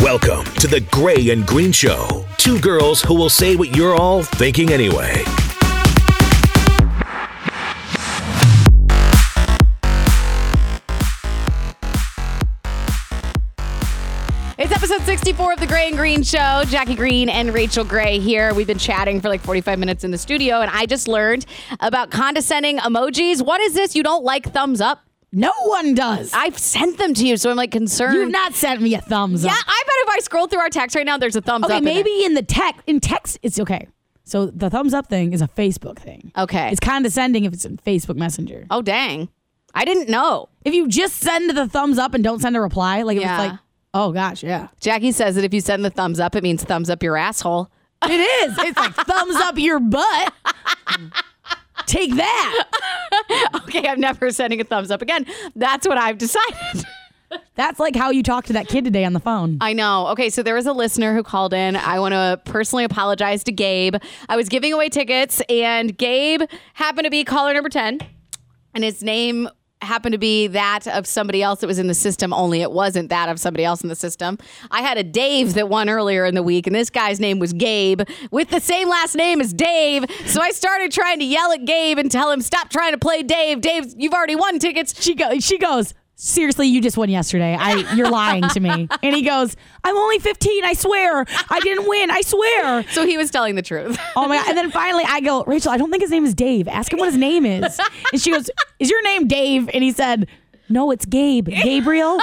Welcome to the Gray and Green Show. Two girls who will say what you're all thinking anyway. It's episode 64 of The Gray and Green Show. Jackie Green and Rachel Gray here. We've been chatting for like 45 minutes in the studio, and I just learned about condescending emojis. What is this? You don't like thumbs up? No one does. I've sent them to you, so I'm like concerned. You've not sent me a thumbs yeah, up. I bet if I scroll through our text right now, there's a thumbs Okay, up. in it. maybe in the text in text it's okay. So the thumbs up thing is a Facebook thing. Okay. It's condescending if it's in Facebook Messenger. Oh, dang. I didn't know. If you just send the thumbs up and don't send a reply, like Yeah. if it's like, oh gosh, yeah. Jackie says that if you send the thumbs up, it means thumbs up your asshole. It is. It's like thumbs up your butt. Take that. Okay, I'm never sending a thumbs up again. That's what I've decided. That's like how you talked to that kid today on the phone. I know. Okay, so there was a listener who called in. I want to personally apologize to Gabe. I was giving away tickets, and Gabe happened to be caller number 10, and his name happened to be that of somebody else that was in the system, only it wasn't that of somebody else in the system. I had a Dave that won earlier in the week, and this guy's name was Gabe with the same last name as Dave. So I started trying to yell at Gabe and tell him, Stop trying to play Dave. Dave, you've already won tickets. She goes. She goes. Seriously, you just won yesterday. I you're lying to me. And he goes, I'm only 15. I swear. I didn't win. I swear. So he was telling the truth. Oh my god! And then finally, I go, Rachel. I don't think his name is Dave. Ask him what his name is. And she goes, Is your name Dave? And he said, No, it's Gabe. Gabriel.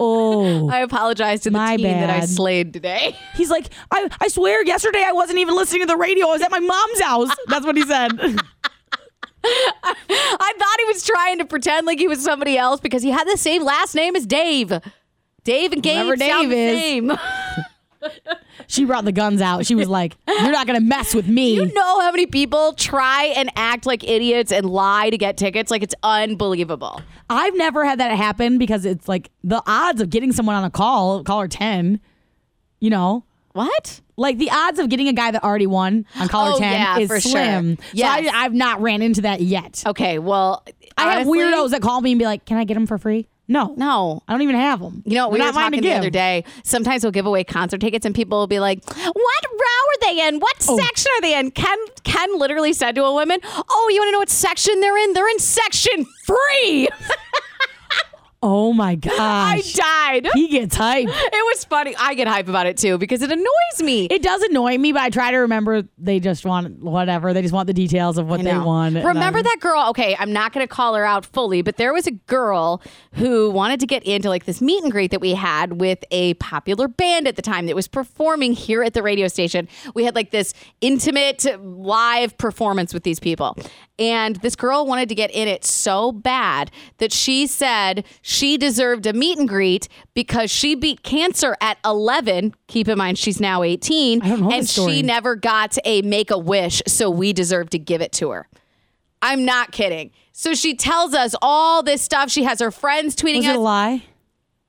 Oh, I apologize to the My team that I bad. slayed today. he's like, I, I swear, yesterday I wasn't even listening to the radio. I was at my mom's house. That's what he said. I thought he was trying to pretend like he was somebody else because he had the same last name as Dave. Dave and Gabe Whoever sound Dave the is. same. She brought the guns out. She was like, You're not gonna mess with me. you know how many people try and act like idiots and lie to get tickets? Like it's unbelievable. I've never had that happen because it's like the odds of getting someone on a call, caller ten. You know, What? Like the odds of getting a guy that already won on caller Oh, 10 yeah, is for sure. slim. Yes. So I, I've not ran into that yet. Okay, well, I have honestly, weirdos that call me and be like, can I get him for free? No. No. I don't even have them. You know, we They're were not mine talking to the give. other day. Sometimes we'll give away concert tickets, and people will be like, "What row are they in? What Oh. section are they in?" Ken Ken literally said to a woman, "Oh, you want to know what section they're in? They're in section three. Oh my I gosh. died. he gets hyped. It was funny. I get hype about it too because it annoys me. It does annoy me, but I try to remember they just want whatever. They just want the details of what they No. want. and um, Remember I'm- that girl? Okay, I'm not going to call her out fully, but there was a girl who wanted to get into like this meet and greet that we had with a popular band at the time that was performing here at the radio station. We had like this intimate live performance with these people. And this girl wanted to get in it so bad that she said she deserved a meet and greet because she beat cancer at 11. Keep in mind, she's now 18. I don't know and this story. she never got a make a wish, so we deserve to give it to her. I'm not kidding. So she tells us all this stuff. She has her friends tweeting Was us. it a lie?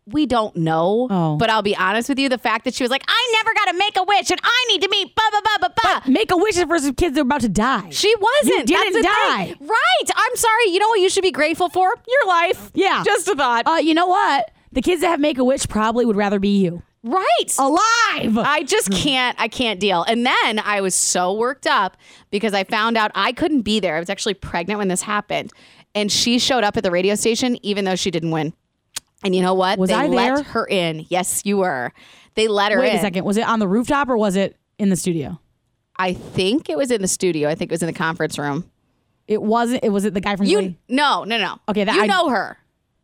we don't know. Oh. But I'll be honest with you, the fact that she was like, I never got a make a wish and I need to meet blah blah blah blah blah. Make a wish for some kids that are about to die. She wasn't. You didn't That's the thing. Right. I'm sorry. You know what you should be grateful for? Your life. Yeah. Just a thought. uh, you know what? The kids that have Make a Wish probably would rather be you. right. Alive. I just can't. I can't deal. And then I was so worked up because I found out I couldn't be there. I was actually pregnant when this happened, and she showed up at the radio station even though she didn't win. And you know what? Was they I there? let her in. Yes, you were. They let her Wait in. a second. Was it on the rooftop or was it in the studio? I think it was in the studio. I think it was in the conference room. It wasn't. It was it the guy from You Glee? no no no. Okay, that you I- know her.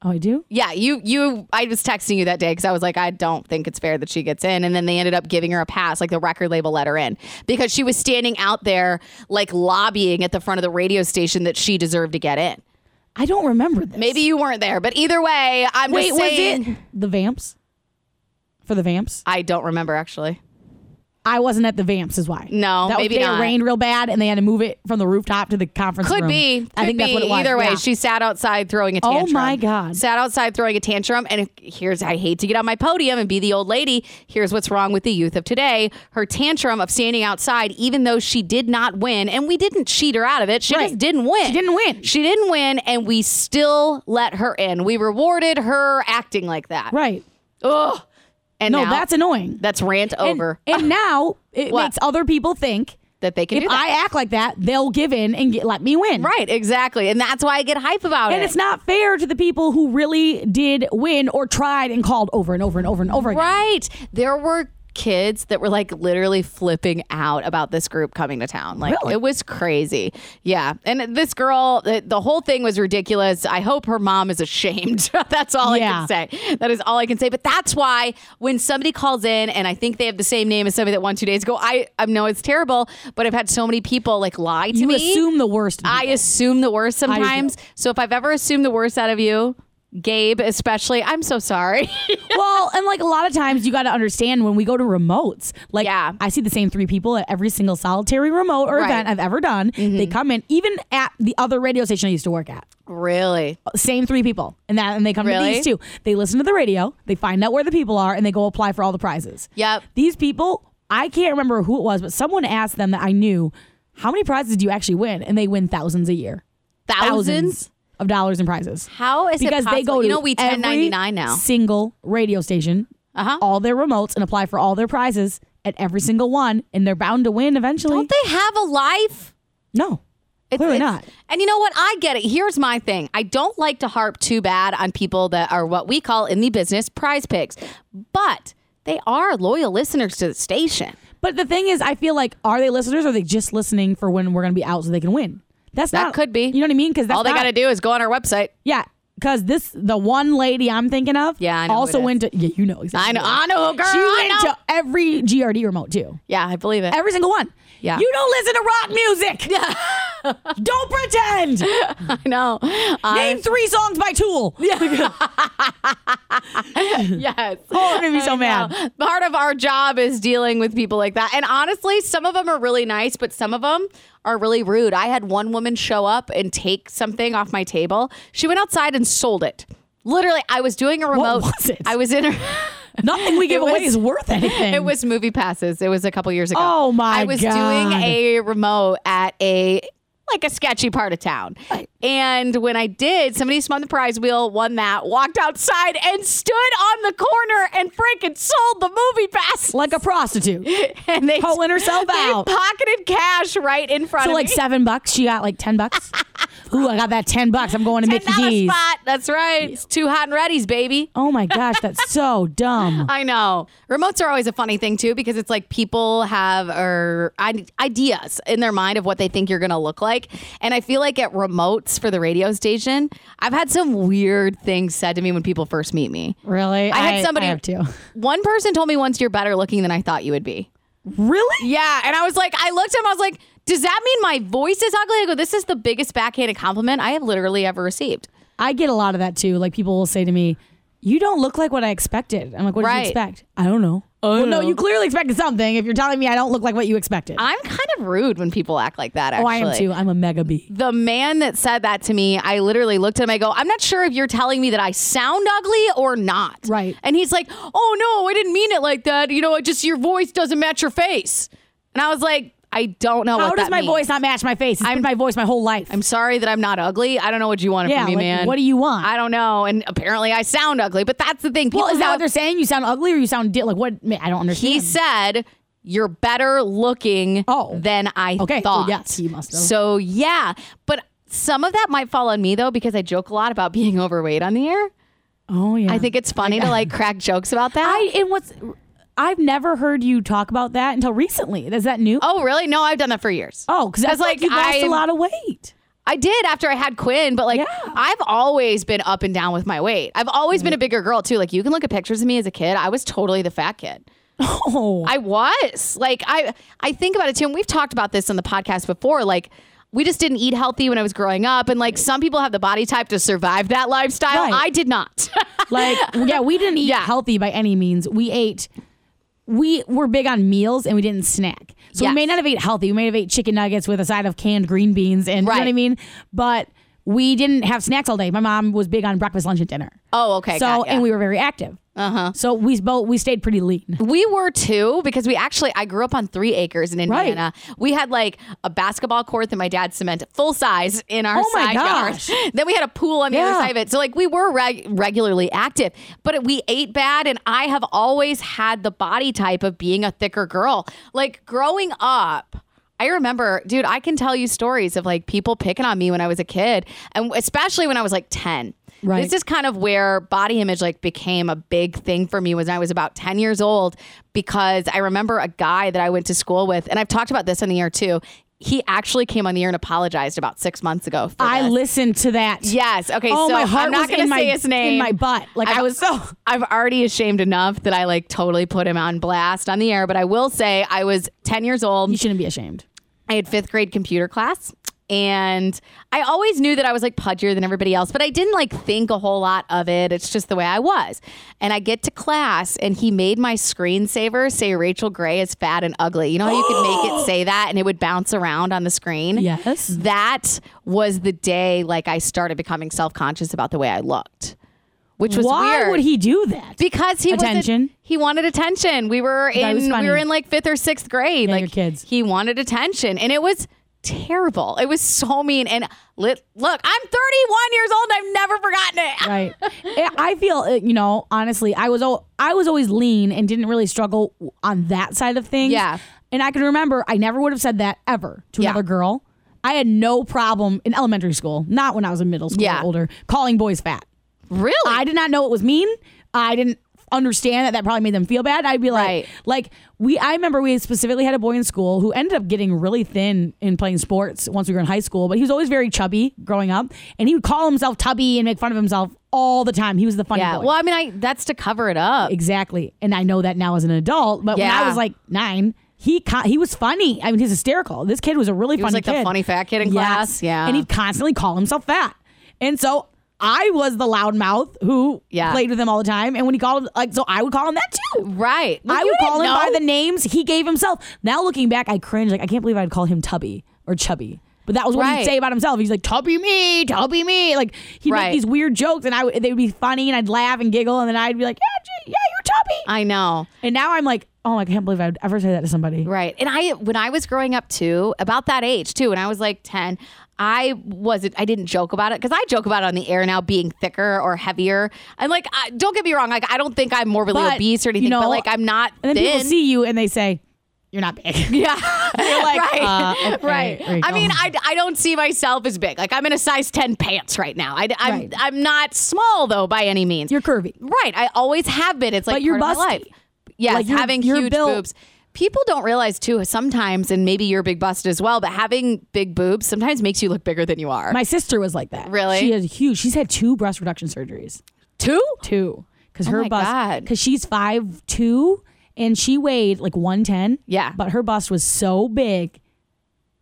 Oh, I do. Yeah, you you. I was texting you that day because I was like, I don't think it's fair that she gets in, and then they ended up giving her a pass, like the record label let her in because she was standing out there like lobbying at the front of the radio station that she deserved to get in. I don't remember this. Maybe you weren't there, but either way, I'm Wait, just was saying. it the Vamps? For the Vamps, I don't remember actually. I wasn't at the Vamps, is why. No, that maybe was, they not. rained real bad, and they had to move it from the rooftop to the conference Could room. be. I could think that's what be. it was. Either way, Yeah. she sat outside throwing a Oh tantrum. my God. Sat outside throwing a tantrum. And if, here's, I hate to get on my podium and be the old lady. Here's what's wrong with the youth of today. Her tantrum of standing outside, even though she did not win, and we didn't cheat her out of it. She Right. just didn't win. She didn't win. She didn't win, and we still let her in. We rewarded her acting like that. right. Ugh. And no, now that's annoying. that's rant And- over And, now it What? makes other people think that they can if do that. I act like that, they'll give in and get, let me win. right, exactly. And that's why I get hype about And it. it's not fair to the people who really did win or tried and called over and over and over and over again. Right. There were kids that were like literally flipping out about this group coming to town. Like Really? it was crazy. Yeah. And this girl, the, the whole thing was ridiculous. I hope her mom is ashamed. that's all Yeah. I can say. That is all I can say. But that's why when somebody calls in and I think they have the same name as somebody that won two days ago, I, I know it's terrible, but I've had so many people like lie to You me. assume the worst. I assume the worst do. sometimes. So if I've ever assumed the worst out of you, Gabe especially, I'm so sorry. well, and like a lot of times you got to understand when we go to remotes, like Yeah. I see the same three people at every single solitary remote or Right. Mm-hmm. event I've ever done. They come in, even at the other radio station I used to work at. really? Same three people, and that and they come Really? to these two. They listen to the radio, they find out where the people are, and they go apply for all the prizes. Yep. These people, I can't remember who it was, but someone asked them that I knew, how many prizes do you actually win? And they win thousands a year, Thousands? of dollars in prizes. How is because it possible? they go to you know we every 1099 now. single radio station Uh-huh. all their remotes and apply for all their prizes at every single one and they're bound to win eventually Don't they have a life? no It's, Clearly it's- not. And you know what? I get it. Here's my thing. I don't like to harp too bad on people that are what we call in the business prize picks, but they are loyal listeners to the station. but the thing is i feel like are they listeners or are they just listening for when we're going to be out so they can win that's That not could be. you know what i mean because All they got to do is go on our website. yeah because this the one lady i'm thinking of Yeah, I know who also it went to yeah you know I exactly know. who it is. I know, girl. she I went know. to every grd remote too yeah, I believe it. every single one Yeah. you don't listen to rock music yeah don't pretend I know. I, Name three songs by Tool. Yeah. yes. Oh, I'm gonna be so mad. know. Part of our job is dealing with people like that. And honestly, some of them are really nice, but some of them are really rude. I had one woman show up and take something off my table. She went outside and sold it. Literally, I was doing a remote. was it? I was in her. Nothing we give It was- away is worth anything. It was movie passes. It was a couple years ago. Oh, my I was God. doing a remote at a like a sketchy part of town. And when I did, somebody spun the prize wheel, won that, walked outside and stood on the corner and freaking sold the movie pass. like a prostitute. And they Pulling herself they out. pocketed cash right in front So of like me. seven bucks, she got like ten bucks. Ooh, I got that ten bucks. I'm going to Mickey $10 D's. spot. That's right. It's two hot and ready's, baby. Oh my gosh, that's so dumb. I know. Remotes are always a funny thing too because it's like people have er, i- ideas in their mind of what they think you're going to look like. And I feel like at remotes for the radio station, I've had some weird things said to me when people first meet me. Really? I had somebody I have to. One person told me once you're better looking than I thought you would be. Really? Yeah, and I was like I looked at him I was like does that mean my voice is ugly? I go, this is the biggest backhanded compliment I have literally ever received. I get a lot of that too. Like people will say to me, "You don't look like what I expected." I'm like, "What did Right. you expect?" I don't know. Oh well, no, you clearly expected something. If you're telling me I don't look like what you expected, I'm kind of rude when people act like that, actually. oh, I am too. I'm a mega bee. the man that said that to me, I literally looked at him. I go, I'm not sure if you're telling me that I sound ugly or not. Right. And he's like, Oh no, I didn't mean it like that. You know, I just your voice doesn't match your face. And I was like, I don't know How what does that my means. voice not match my face? It's been my voice my whole life. I'm sorry that I'm not ugly. I don't know what you wanted Yeah, from me, like, man. what do you want? I don't know. And apparently, I sound ugly. But that's the thing. People well, is that what have- they're saying? You sound ugly, or you sound di- like what? I don't understand. He said, "You're better looking Oh. than I Okay, so thought." yes, he must have. So yeah, but some of that might fall on me though because I joke a lot about being overweight on the air. oh yeah. I think it's funny to like crack jokes about that. I and what's I've never heard you talk about that until recently. Is that new? oh really? No, I've done that for years. Oh, because that's like, like, you lost a I'm- lot of weight. I did after I had Quinn, but like Yeah. I've always been up and down with my weight. I've always been a bigger girl too. Like you can look at pictures of me as a kid. I was totally the fat kid. Oh, I was like, I I think about it too, and we've talked about this on the podcast before. Like, we just didn't eat healthy when I was growing up, and like some people have the body type to survive that lifestyle. Right. I did not. like yeah, we didn't eat Yeah. healthy by any means. We ate. We were big on meals and we didn't snack. So Yes. we may not have ate healthy. We may have ate chicken nuggets with a side of canned green beans and you know what I Right. mean. But we didn't have snacks all day. My mom was big on breakfast, lunch, and dinner. Oh, okay. So got ya. Uh-huh. and we were very active. Uh huh. So we both we stayed pretty lean. We were too, because we actually I grew up on three acres in Right. Indiana. We had like a basketball court that my dad cemented full size in our Oh my side gosh. yard. Then we had a pool on the Yeah. other side of it. So like we were reg- regularly active, but we ate bad. And I have always had the body type of being a thicker girl. Like growing up. I remember, dude, I can tell you stories of like people picking on me when I was a kid, and especially when I was like 10. Right. This is kind of where body image like became a big thing for me was when I was about 10 years old because I remember a guy that I went to school with and I've talked about this on the air too. He actually came on the air and apologized about 6 months ago. For I this. listened to that. Yes. Okay, Oh, so my heart I'm not was gonna in my, say his name. in my butt. Like i I've- was so. I've already ashamed enough that I like totally put him on blast on the air, but I will say I was 10 years old. You shouldn't be ashamed. I had fifth grade computer class. And I always knew that I was like pudgier than everybody else, but I didn't like think a whole lot of it. It's just the way I was. And I get to class, and he made my screensaver say Rachel Gray is fat and ugly. You know how you could make it say that and it would bounce around on the screen? Yes. That was the day like I started becoming self conscious about the way I looked, which was Why weird would he do that? because he was a- Attention. he wanted attention. We were That in was funny. we were in like fifth or sixth grade. Yeah, like your kids. he wanted attention, and it was terrible. It was so mean. And lit, look, I'm 31 years old. and I've never forgotten it. right. I I feel uh, you know honestly, I was al- I was always lean and didn't really struggle on that side of things. Yeah. And I can remember I never would have said that ever to Yeah. another girl. I had no problem in elementary school, not when I was in middle school Yeah. or older, calling boys fat. Really? I did not know it was mean. I didn't understand that that probably made them feel bad. I'd be like, Right. like we. I remember we specifically had a boy in school who ended up getting really thin in playing sports once we were in high school, but he was always very chubby growing up, and he would call himself tubby and make fun of himself all the time. He was the funny yeah. boy. Well, I mean, I that's to cover it up. exactly. And I know that now as an adult, but when I Yeah. was like nine. He, co- he was funny. I mean, he's hysterical. This kid was a really He funny was like the kid. funny fat kid in Yes. class. Yeah. And he'd constantly call himself fat. And so I was the loudmouth who Yeah. played with him all the time. And when he called him, like, so I would call him that too. right. Look, I you would call him didn't by know. the names he gave himself. Now looking back, I cringe. Like, I can't believe I'd call him Tubby or Chubby. But that was what he'd Right. say about himself. He's like, Tubby me, Tubby me. Like, he'd Right. make these weird jokes and I would, they would be funny and I'd laugh and giggle. And then I'd be like, yeah, gee, yeah, you're Tubby. I know. and now I'm like, oh, I can't believe I would ever say that to somebody. Right. And I when I was growing up too, about that age too, when I was like 10, I wasn't I didn't joke about it cuz I joke about it on the air now being thicker or heavier. And like I, don't get me wrong, like I don't think I'm morbidly But, obese or you anything, know, but like I'm not And then thin. people see you and they say, you're not big. yeah. You're like, right. uh, okay, right. there you I go. mean, I, I don't see myself as big. Like I'm in a size 10 pants right now. I I'm, Right. I'm not small though by any means. you're curvy. Right. I always have been. It's like But you're part of my busty. life. Yes, Like, you're- having you're huge built- boobs. People don't realize too sometimes, and maybe you're big busted as well, but having big boobs sometimes makes you look bigger than you are. My sister was like that. Really? She has huge. She's had two breast reduction surgeries. two? Oh Two. Because her my bust. God. Because she's five two, and she weighed like one ten. Yeah. But her bust was so big.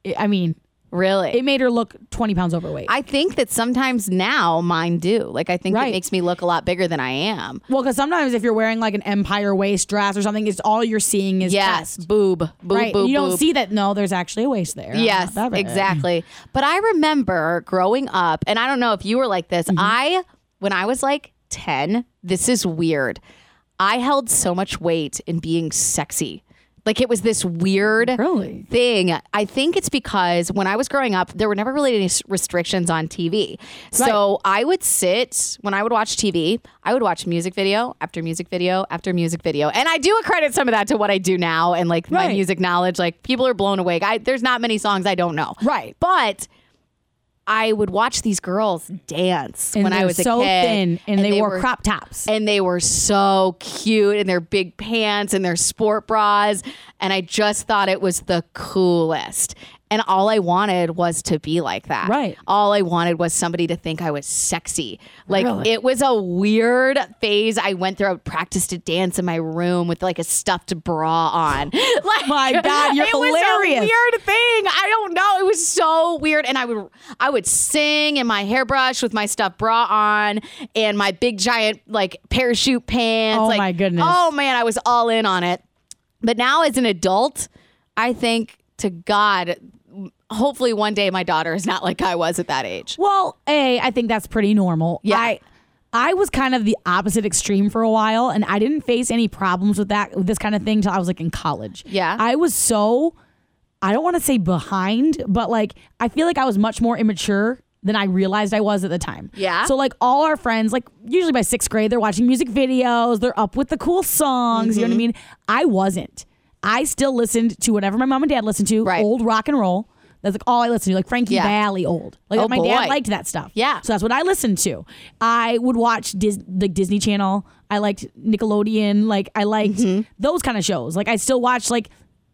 I- I mean, Really? it made her look twenty pounds overweight. I think that sometimes now mine do. Like I think Right. it makes me look a lot bigger than I am. well, because sometimes if you're wearing like an empire waist dress or something, it's all you're seeing is Yes. chest. Boob. Boob right. boob. you don't boob. see that. No, there's actually a waist there. I'm not Yes, that big. exactly. But I remember growing up, and I don't know if you were like Mm-hmm. this. I, when I was like 10, this is weird. I held so much weight in being sexy. Like it was this weird Really? thing. I think it's because when I was growing up, there were never really any s- restrictions on TV. So I would sit when I would watch TV, I would watch music video after music video after music video. And I do accredit some of that to what I do now and like my Right. music knowledge. Like people are blown away. I, there's not many songs I don't know. Right. But I would watch these girls dance And when I they're was a so kid, thin, and, they, wore were- crop tops. and they were so cute in their big pants and their sport bras. And I just thought it was the coolest. And all I wanted was to be like that. Right. All I wanted was somebody to think I was sexy. Like Really? it was a weird phase I went through. I would practice to dance in my room with like a stuffed bra on. like My God, you're it was a hilarious. weird thing. I don't know. It was so weird. And I would I would sing in my hairbrush with my stuffed bra on and my big giant like parachute pants. Oh, Like, my goodness. Oh man, I was all in on it. But now as an adult, I think to God hopefully one day my daughter is not like I was at that age. Well, A, I think that's pretty normal. Yeah. I, I was kind of the opposite extreme for a while, and I didn't face any problems with that, with this kind of thing, till I was like in college. Yeah. I was so, I don't want to say behind, but like, I feel like I was much more immature than I realized I was at the time. Yeah. So, like, all our friends, like, usually by sixth grade, they're watching music videos, they're up with the cool songs. You know what I Mm-hmm. mean? I wasn't. I still listened to whatever my mom and dad listened to, Right. old rock and roll. That's like all I listened to, like Frankie Yeah. Valley old. Like, Oh, my dad boy. liked that stuff. Yeah. So that's what I listened to. I would watch Dis- the Disney Channel. I liked Nickelodeon. Like I liked Mm-hmm. those kind of shows. Like I still watch like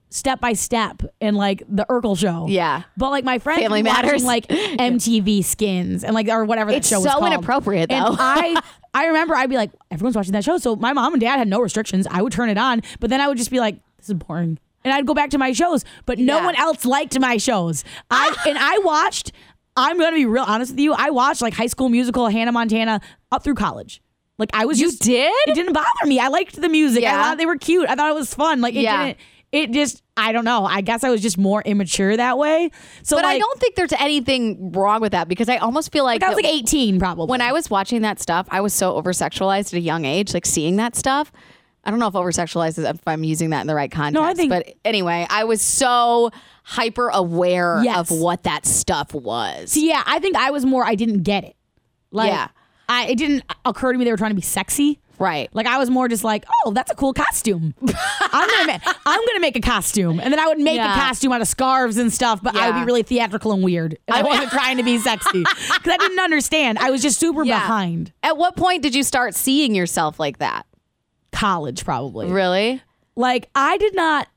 Step by Step and like the Urkel show. Yeah. But like my friends Family were watching, Matters. like MTV Skins and like or whatever that It's show was so called. inappropriate, And though. I I remember I'd be like everyone's watching that show, so my mom and dad had no restrictions. I would turn it on, but then I would just be like this is boring. And I'd go back to my shows, but no Yeah. Ah. one else liked my shows. I and I watched. I'm gonna be real honest with you. I watched like High School Musical, Hannah Montana, up through college. Like I was. You just, did? It didn't bother me. I liked the music. I Yeah. thought they were cute. I thought it was fun. Like it Yeah. didn't. It just. I don't know. I guess I was just more immature that way. So But like, I don't think there's anything wrong with that because I almost feel like I was that- like 18 probably. when I was watching that stuff, I was so over sexualized at a young age, like seeing that stuff. I don't know if over sexualized is if I'm using that in the right context. I think- but anyway, I was so hyper aware Yes. of what that stuff was. yeah, I think I was more. I didn't get it. Like, Yeah. I it didn't occur to me they were trying to be sexy. right. Like I was more just like, oh, that's a cool costume. I'm gonna make, I'm gonna make a costume, and then I would make Yeah. a costume out of scarves and stuff. But I would Yeah. be really theatrical and weird. And I wasn't trying to be sexy because I didn't understand. I was just super Yeah. behind At what point did you start seeing yourself like that? college, probably. Really? Like I did not.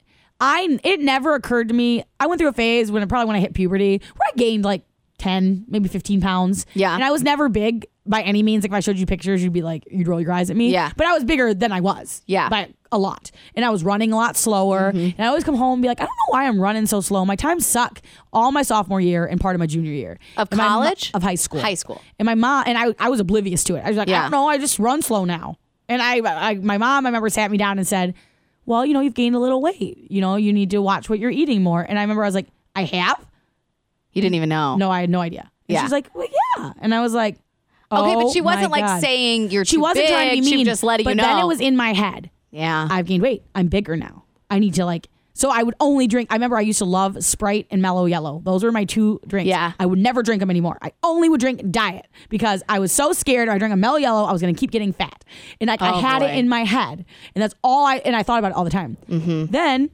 I it never occurred to me. I went through a phase when probably when I hit puberty where I gained like ten, maybe fifteen pounds. Yeah. and I was never big by any means. Like if I showed you pictures, you'd be like, you'd roll your eyes at me. Yeah. but I was bigger than I was. Yeah. Mm-hmm. by a lot, and I was running a lot slower. And I always come home and be like, I don't know why I'm running so slow. My times suck. All my sophomore year and part of my junior year Of And my mo- college? of high school, High school. and my mom and I, I was oblivious to it. I was like, Yeah. I don't know, I just run slow now. And I, I, my mom, I remember sat me down and said, "Well, you know, you've gained a little weight. You know, you need to watch what you're eating more." And I remember I was like, "I have? You didn't even know. No, I had no idea." And Yeah. she's like, "Well, yeah." And I was like, Okay, "Oh but she wasn't my like God." saying you're she too wasn't big. trying to be She mean. was just letting but you know. then it was in my head. yeah. I've gained weight. I'm bigger now. I need to like. So I would only drink. I remember I used to love Sprite and Mellow Yellow. Those were my two drinks. Yeah. I would never drink them anymore. I only would drink Diet because I was so scared. I drank a Mellow Yellow. I was going to keep getting fat, and like I Oh, had boy. it in my head, and that's all I and I thought about it all the time. Mm-hmm. Then,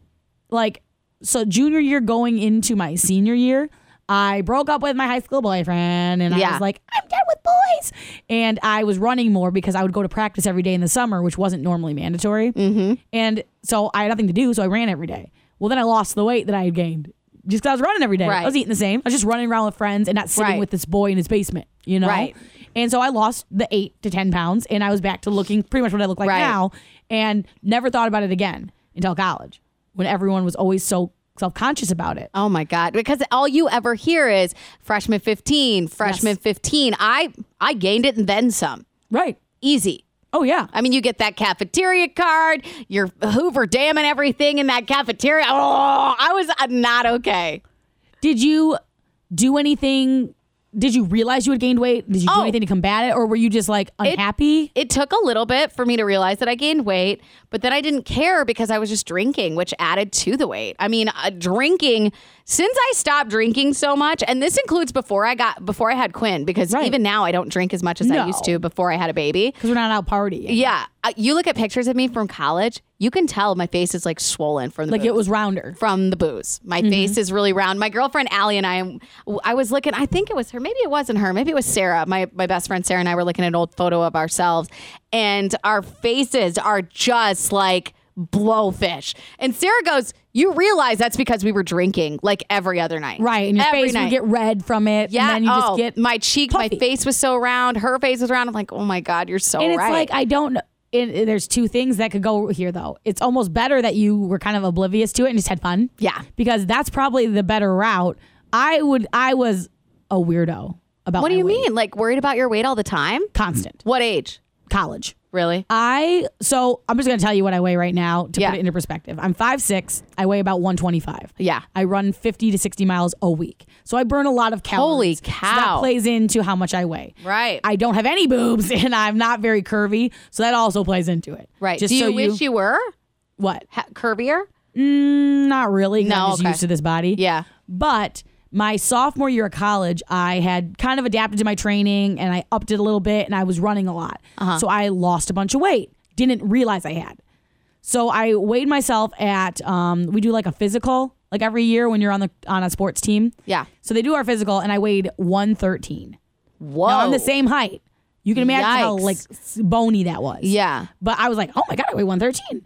like, so junior year going into my senior year, I broke up with my high school boyfriend, and I Yeah. was like, I'm done with boys, and I was running more because I would go to practice every day in the summer, which wasn't normally mandatory. Mm-hmm. And so I had nothing to do, so I ran every day. Well, then I lost the weight that I had gained just because I was running every day. Right. I was eating the same. I was just running around with friends and not sitting Right. with this boy in his basement, you know? Right. And so I lost the eight to 10 pounds and I was back to looking pretty much what I look like Right. now and never thought about it again until college when everyone was always so self conscious about it. Oh my god! Because all you ever hear is freshman fifteen, freshman Yes. fifteen. I I gained it and then some. Right. Easy. Oh, yeah. I mean, you get that cafeteria card. You're Hoover damming everything in that cafeteria. Oh, I was uh, not okay. Did you do anything? Did you realize you had gained weight? Did you do Oh. anything to combat it or were you just like unhappy? It took a little bit for me to realize that I gained weight, but then I didn't care because I was just drinking, which added to the weight. I mean, uh, drinking since I stopped drinking so much, and this includes before I got before I had Quinn, because Right. even now I don't drink as much as I No. used to before I had a baby. Because we're not out partying. Yeah, uh, you look at pictures of me from college. You can tell my face is like swollen from the Like booze. it was rounder. from the booze. My Mm-hmm. face is really round. My girlfriend Allie and I, I was looking. I think it was her. Maybe it wasn't her. Maybe it was Sarah. My my best friend Sarah and I were looking at an old photo of ourselves, and our faces are just like blowfish. And Sarah goes, "You realize that's because we were drinking like every other night, Right. And your Every face night. would get red from it. yeah. And then you oh, just get my cheek, my puffy. face was so round. Her face was round. I'm like, oh my god, you're so And it's right. like I don't. It, it- there's two things that could go here though. It's almost better that you were kind of oblivious to it and just had fun. Yeah. because that's probably the better route. I would. I was a weirdo about what do my you weight. mean? Like worried about your weight all the time? Constant What age? college. Really? I so I'm just gonna tell you what I weigh right now to Yeah. put it into perspective. I'm 5'6". I weigh about 125. Yeah. I run 50 to 60 miles a week, so I burn a lot of calories. Holy So cow. that plays into how much I weigh. Right. I don't have any boobs, and I'm not very curvy, so that also plays into it. right. Just Do you so wish you were what? ha- curvier? Mm, not really. 'cause No, I'm just okay. used to this body. Yeah. But my sophomore year of college, I had kind of adapted to my training and I upped it a little bit and I was running a lot. Uh-huh. So I lost a bunch of weight. Didn't realize I had. So I weighed myself at um, we do like a physical like every year when you're on the on a sports team. Yeah. So they do our physical and I weighed 113. Whoa. Now, I'm the same height. You can imagine how Yikes. like s- bony that was. Yeah. But I was like, oh my God, I weigh 113.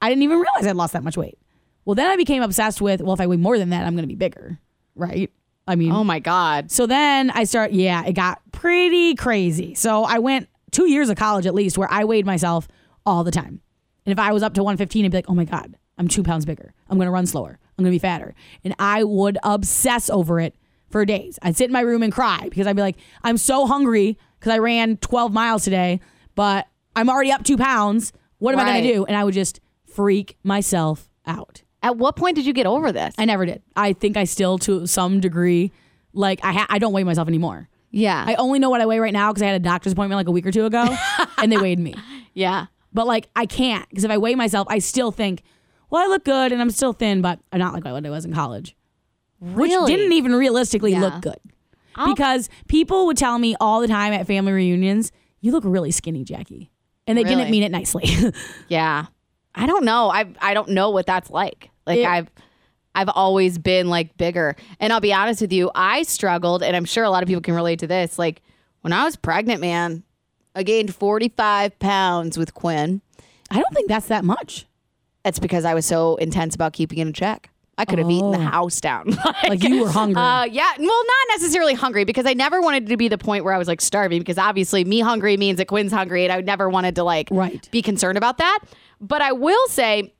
I didn't even realize I'd lost that much weight. Well, then I became obsessed with, well, if I weigh more than that, I'm going to be bigger, right? I mean, Oh my God. so then I start, yeah, it got pretty crazy. So I went two years of college at least where I weighed myself all the time. And if I was up to 115, I'd be like, oh my God, I'm two pounds bigger. I'm going to run slower. I'm going to be fatter. And I would obsess over it for days. I'd sit in my room and cry because I'd be like, I'm so hungry because I ran 12 miles today, but I'm already up two pounds. What am I going Right. to do? And I would just freak myself out. At what point did you get over this? I never did. I think I still, to some degree, like I ha- I don't weigh myself anymore. yeah. I only know what I weigh right now because I had a doctor's appointment like a week or two ago, and they weighed me. yeah. But like I can't because if I weigh myself, I still think, well, I look good and I'm still thin, but I'm not like what I was in college, which Really? didn't even realistically Yeah. look good because people would tell me all the time at family reunions, "You look really skinny, Jackie," and they Really? didn't mean it nicely. Yeah. I don't know. I I don't know what that's like. Like Yeah. I've I've always been like bigger. And I'll be honest with you, I struggled and I'm sure a lot of people can relate to this. Like when I was pregnant, man, I gained 45 pounds with Quinn. I don't think that's that much. That's because I was so intense about keeping it in check. I could have Oh. eaten the house down. Like you were hungry. Uh, yeah. Well, not necessarily hungry because I never wanted to be the point where I was like starving because obviously me hungry means that Quinn's hungry and I never wanted to like Right. be concerned about that. But I will say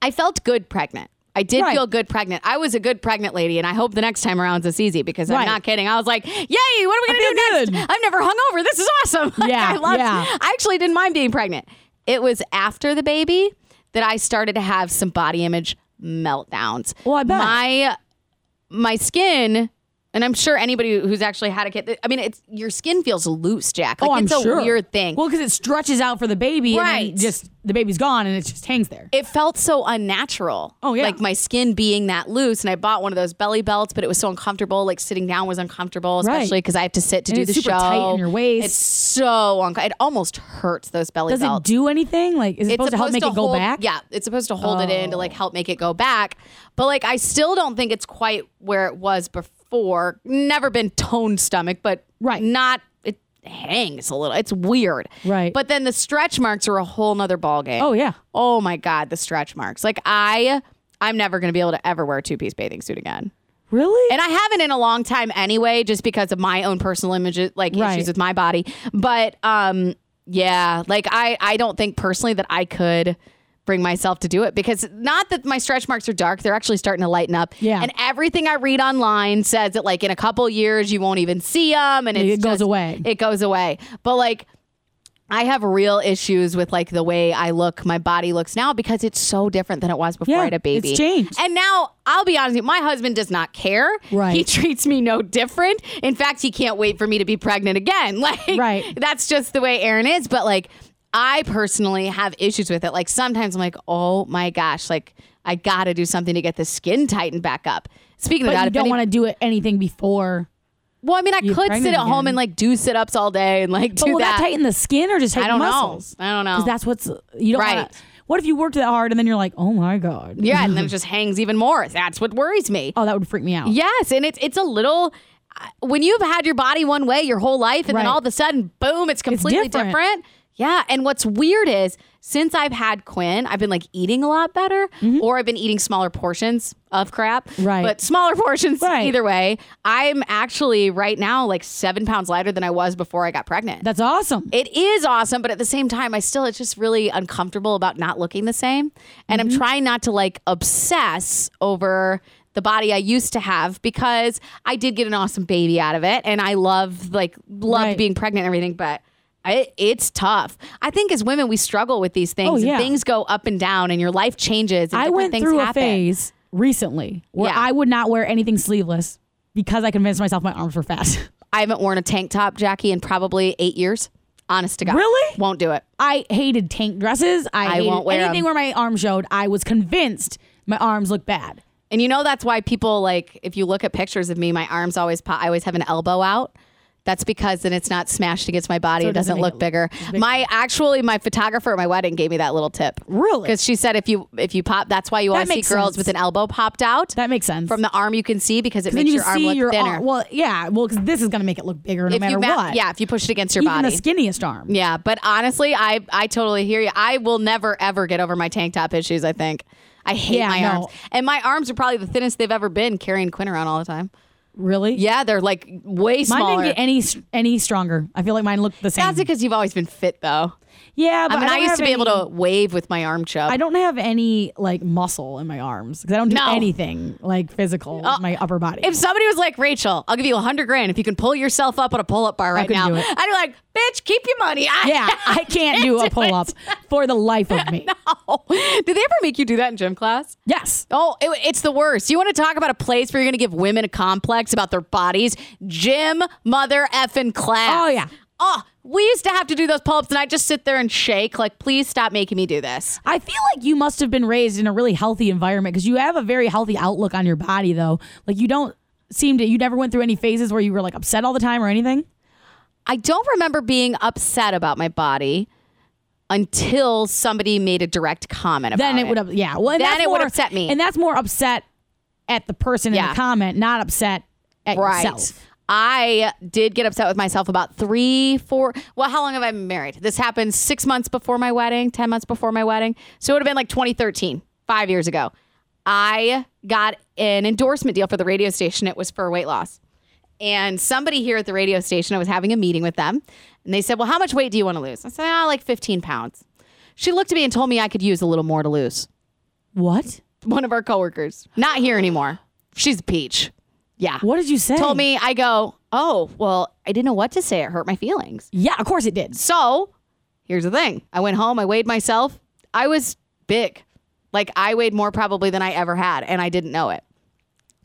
I felt good pregnant. I did Right. feel good pregnant. I was a good pregnant lady, and I hope the next time around is easy because I'm Right. not kidding. I was like, "Yay! What are we gonna feel do next? good. I've never hung over. This is awesome." Like, Yeah, I loved. yeah. I actually didn't mind being pregnant. It was after the baby that I started to have some body image meltdowns. Well, Oh, I bet. my my skin, and I'm sure anybody who's actually had a kid. I mean, it's your skin feels loose, Jack. Like oh, I'm it's a sure. weird thing. Well, because it stretches out for the baby, And Right. then just the baby's gone, and it just hangs there. it felt so unnatural. Oh, yeah. like my skin being that loose, and I bought one of those belly belts, but it was so uncomfortable. Like sitting down was uncomfortable, Right. especially because I have to sit to And do it's the super show. tight in your waist. It's so uncomfortable. It almost hurts those belly Does it belts. do anything? Like, is it's it supposed to help make it go hold- back? Oh. Yeah, it's supposed to hold it in to like help make it go back. But like, I still don't think it's quite where it was before. Never been toned stomach, but Right. not it hangs a little. It's weird. Right. But then the stretch marks are a whole nother ball game. Oh yeah. Oh my god, the stretch marks. Like I I'm never going to be able to ever wear a two-piece bathing suit again. Really? And I haven't in a long time anyway just because of my own personal image like Right. issues with my body. But um yeah, like I I don't think personally that I could bring myself to do it because not that my stretch marks are dark, they're actually starting to lighten up. Yeah. And everything I read online says that like in a couple years you won't even see them and it's it goes just- away. It goes away. But like I have real issues with like the way I look, my body looks now because it's so different than it was before Yeah, I had a it's baby. changed. And now I'll be honest with you, my husband does not care. Right. He treats me no different. In fact, he can't wait for me to be pregnant again. Like Right. that's just the way Aaron is. But like I personally have issues with it. Like sometimes I'm like, oh my gosh, like I gotta do something to get the skin tightened back up. Speaking but of that, you if don't any- want to do it anything before. well, I mean, I You're could sit at pregnant home again. and like do sit ups all day and like But do will that. tighten the skin or just tighten I don't know. muscles? I don't know. Because that's what's you don't. Right. Wanna, what if you worked that hard and then you're like, oh my god? Yeah, and then it just hangs even more. That's what worries me. Oh, that would freak me out. Yes, and it's it's a little uh, when you've had your body one way your whole life, and then Right. all of a sudden, boom, it's completely different. different. Yeah, and what's weird is since I've had Quinn, I've been like eating a lot better, or I've been eating smaller portions of crap. Mm-hmm. Right. but smaller portions Right. either way. I'm actually right now like seven pounds lighter than I was before I got pregnant. That's awesome. It is awesome, but at the same time, I still it's just really uncomfortable about not looking the same. And Mm-hmm. I'm trying not to like obsess over the body I used to have because I did get an awesome baby out of it and I love like loved Right. being pregnant and everything, but I, it's tough. I think as women, we struggle with these things. Oh, yeah. and things go up and down, and your life changes. And I different went things through happen. a phase recently where Yeah. I would not wear anything sleeveless because I convinced myself my arms were fat. I haven't worn a tank top, Jackie, in probably eight years. Honest to God, Really? won't do it. I hated tank dresses. I, I hated won't wear anything 'em. where my arms showed. I was convinced my arms looked bad. And you know that's why people like if you look at pictures of me, my arms always pop. I always have an elbow out. That's because then it's not smashed against my body. So it, it doesn't, doesn't make look it bigger. My actually my photographer at my wedding gave me that little tip. Really? Because she said if you if you pop, that's why you always see makes girls sense. with an elbow popped out That makes sense. from the arm. You can see because it then makes you your arm see look your thinner. arm. Well, yeah. Well, because this is going to make it look bigger no if matter you ma- what. yeah, if you push it against your Even body. the skinniest arm. yeah, but honestly, I I totally hear you. I will never ever get over my tank top issues. I think I hate Yeah, my no. arms, and my arms are probably the thinnest they've ever been carrying Quinn around all the time. Really? Yeah, they're like way Mine smaller. didn't get any any stronger. I feel like mine looked the same. That's because you've always been fit, though. yeah, but I mean, I, don't used have to be able any- to wave with my arm chub. I don't have any like muscle in my arms because I don't do No. Oh. anything like physical with my upper body. if somebody was like, Rachel, I'll give you a hundred grand if you can pull yourself up on a pull up bar right couldn't now, do it. I'd be like, bitch, keep your money. I- yeah, I can't do a pull up for the life of me. No. Did they ever make you do that in gym class? Yes. Oh, it- it's the worst. You want to talk about a place where you're going to give women a complex about their bodies? Gym mother effing class. Oh, yeah. Oh, we used to have to do those pull ups, and I just sit there and shake, like, please stop making me do this. I feel like you must have been raised in a really healthy environment because you have a very healthy outlook on your body, though. Like you don't seem to. You never went through any phases where you were like upset all the time or anything. I don't remember being upset about my body until somebody made a direct comment about Then it would, up, yeah. Well, and Then that's it would more- upset me. and that's more upset at the person in Yeah. the comment, not upset at right. yourself. I did get upset with myself about three, four. Well, how long have I been married? This happened six months before my wedding, 10 months before my wedding. So it would have been like 2013, five years ago. I got an endorsement deal for the radio station. It was for weight loss. And somebody here at the radio station, I was having a meeting with them, and they said, Well, how much weight do you want to lose? I said, Ah, like 15 pounds. She looked at me and told me I could use a little more to lose. What? One of our coworkers, not here anymore. She's a peach. Yeah. What did you say? Told me, I go, Oh, well, I didn't know what to say. It hurt my feelings. Yeah, of course it did. So here's the thing I went home, I weighed myself. I was big. Like I weighed more probably than I ever had, and I didn't know it.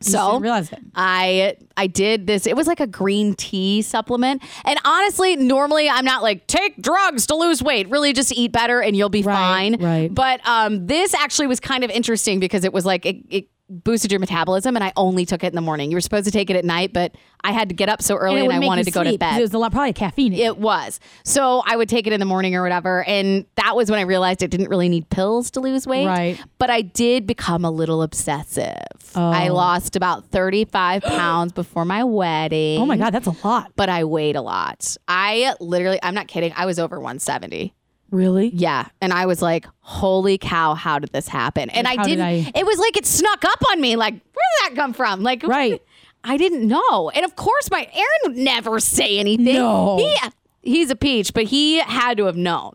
You just So Oh, didn't realize it. I I did this. It was like a green tea supplement. And honestly, normally I'm not like take drugs to lose weight. Really just eat better and you'll be Right, fine. right. But um this actually was kind of interesting because it was like it, it boosted your metabolism and I only took it in the morning. You were supposed to take it at night, but I had to get up so early it and, would I make wanted you to go to sleep 'cause bed. It was a lot, probably caffeine. It was. So I would take it in the morning or whatever. And that was when I realized it didn't really need pills to lose weight. Right. But I did become a little obsessive. I Oh. lost about 35 pounds before my wedding. oh my god, that's a lot. But I weighed a lot. I literally, I'm not kidding, I was over 170. Really? Yeah. And I was like, holy cow, how did this happen? And I how did didn't, I- it was like it snuck up on me. Like, where did that come from? Like, Right. I didn't know. And of course, my Aaron would never say anything. No. He, he's a peach, but he had to have known.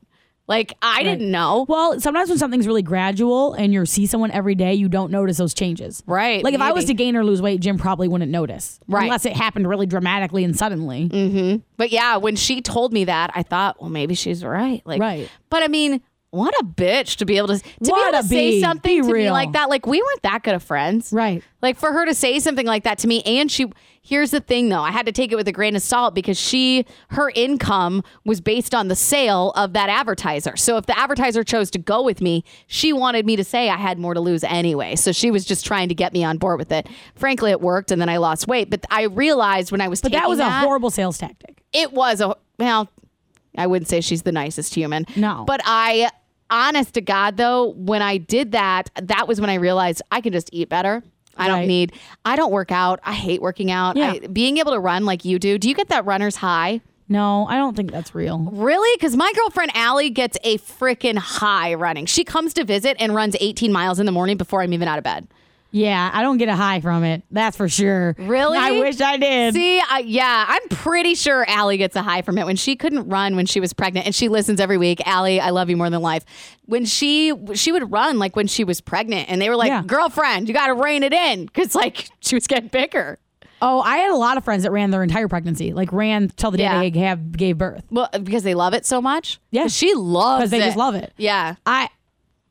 Like, I didn't know. Well, sometimes when something's really gradual and you see someone every day, you don't notice those changes. Right, Like if I was maybe. to gain or lose weight, Jim probably wouldn't notice. Right. Mm-hmm. Unless it happened really dramatically and suddenly. But yeah, when she told me that, I thought, well, maybe she's right. Like, Right. But I mean, what a bitch to be able to to What be able a to say bee. something Be to me real. like that. Like we weren't that good of friends, Right. Like for her to say something like that to me, and she. Here's the thing, though. I had to take it with a grain of salt because she, her income was based on the sale of that advertiser. So if the advertiser chose to go with me, she wanted me to say I had more to lose anyway. So she was just trying to get me on board with it. Frankly, it worked, and then I lost weight. But I realized when I was But that taking was a horrible sales tactic. it was a well i wouldn't say she's the nicest human No. but i honest to god though when i did that that was when i realized i can just eat better i don't Right. need i don't work out i hate working out Yeah. I, being able to run like you do do you get that runner's high No, I don't think that's real. really because my girlfriend allie gets a freaking high running she comes to visit and runs 18 miles in the morning before i'm even out of bed Yeah, I don't get a high from it. That's for sure. Really? I wish I did. See, I yeah, I'm pretty sure Allie gets a high from it when she couldn't run when she was pregnant, and she listens every week. Allie, I love you more than life. When she she would run like when she was pregnant, and they were like, Yeah. "Girlfriend, you got to rein it in," because like she was getting bigger. Oh, I had a lot of friends that ran their entire pregnancy, like ran till the day Yeah. they have, gave birth. Well, because they love it so much. Yeah. 'Cause she loves 'Cause they just love it. Yeah. I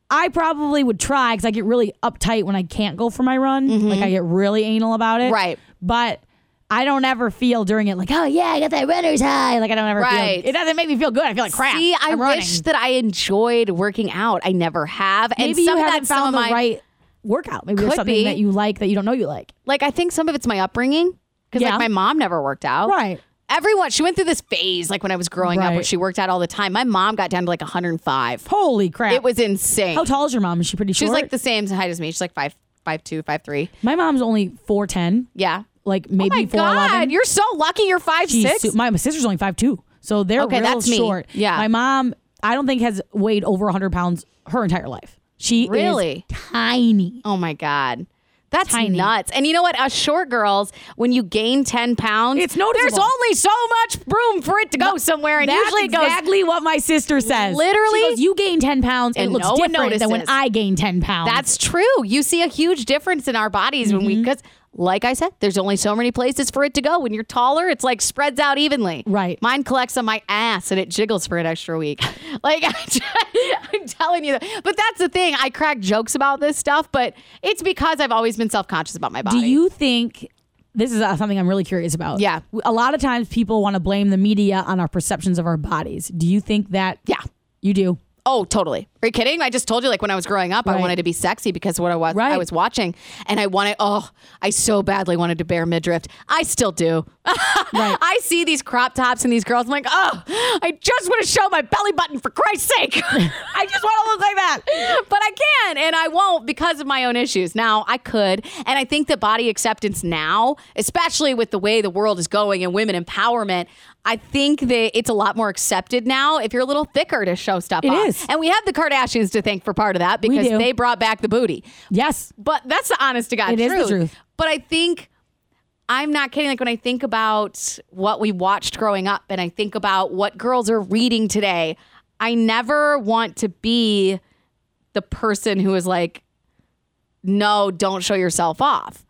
I probably would try because I get really uptight when I can't go for my run. Like I get really anal about it. Mm-hmm. Right. But I don't ever feel during it like, oh yeah, I got that runner's high. Like I don't ever Right. feel it doesn't make me feel good. I feel like crap. See, I I'm running. wish that I enjoyed working out. I never have. And maybe some you of haven't that, some found of the my right workout. Maybe there's Could something be. that you like that you don't know you like. like I think some of it's my upbringing because Yeah. like my mom never worked out. Right. Everyone, she went through this phase like when I was growing up where Right. she worked out all the time. My mom got down to like 105. Holy crap! It was insane. How tall is your mom? Is she pretty short? She was like the same height as me. She's like five, five two, five three. My mom's only four ten, Yeah. like Oh maybe my four eleven. god, you're so lucky. You're five She's six. su- my my sister's only five two, so they're Okay, real that's me. short. Yeah. my mom, I don't think has weighed over hundred pounds her entire life. She Really? is tiny. Oh my God. That's Tiny. nuts. And you know what? Us short girls, when you gain 10 pounds, It's noticeable. There's only so much room for it to go somewhere. And That's usually it goes. exactly what my sister says. Literally- She goes, you gain ten pounds, and it And looks no one different than when notices. I gain ten pounds. That's true. You see a huge difference in our bodies when Mm-hmm. we, because like I said, there's only so many places for it to go. When you're taller, it's like spreads out evenly. Right. Mine collects on my ass and it jiggles for an extra week. Like, I'm telling you. that- But that's the thing. I crack jokes about this stuff, but it's because I've always been self conscious about my body. Do you think this is uh, something I'm really curious about? Yeah. A lot of times people want to blame the media on our perceptions of our bodies. Do you think that? Yeah. You do. Oh, totally. Are you kidding? I just told you, like when I was growing up, Right. I wanted to be sexy because of what I was Right. I was watching, and I wanted. Oh, I so badly wanted to bare midriff. I still do. I see these crop tops and these girls. I'm like, oh, I just want to show my belly button for Christ's sake. I just want to look like that, but I can and I won't because of my own issues. Now I could, and I think that body acceptance now, especially with the way the world is going and women empowerment. I think that it's a lot more accepted now if you're a little thicker to show stuff It off. is. And we have the Kardashians to thank for part of that because do. they brought back the booty. Yes. But that's the honest to God It is truth. the truth. But I think I'm not kidding. Like when I think about what we watched growing up and I think about what girls are reading today, I never want to be the person who is like, no, don't show yourself off.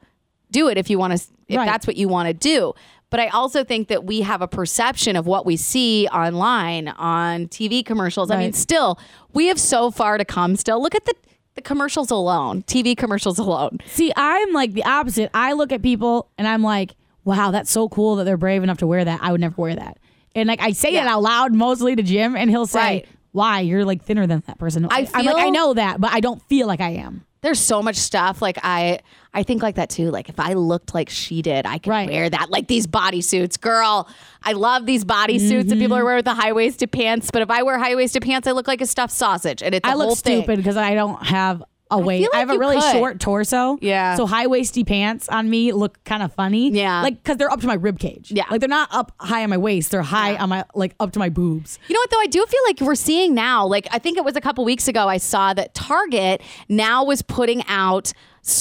Do it if you want to, if Right. that's what you want to do. But I also think that we have a perception of what we see online, on TV commercials. I mean, Right. still, we have so far to come still. Look at the, the commercials alone, TV commercials alone. See, I'm like the opposite. I look at people and I'm like, wow, that's so cool that they're brave enough to wear that. I would never wear that. And like I say it Yeah. out loud mostly to Jim, and he'll say, Right. "Why you're like thinner than that I person?" I'm like, feel- I know that, but I don't feel like I am. There's so much stuff. Like I I think like that too. Like if I looked like she did, I could Right. wear that. Like these bodysuits. Girl, I love these bodysuits suits that Mm-hmm. people are wearing with the high waisted pants. But if I wear high waisted pants, I look like a stuffed sausage. And it's a I look whole thing. stupid because I don't have a waist. I, like have a you really could. short torso. Yeah. So high waisty pants on me look kind of funny. Yeah. Like because they're up to my rib cage. Yeah. Like they're not up high on my waist. They're high on my like up to my boobs. You know what though? I do feel like we're seeing now. Like I think it was a couple weeks ago I saw that Target now was putting out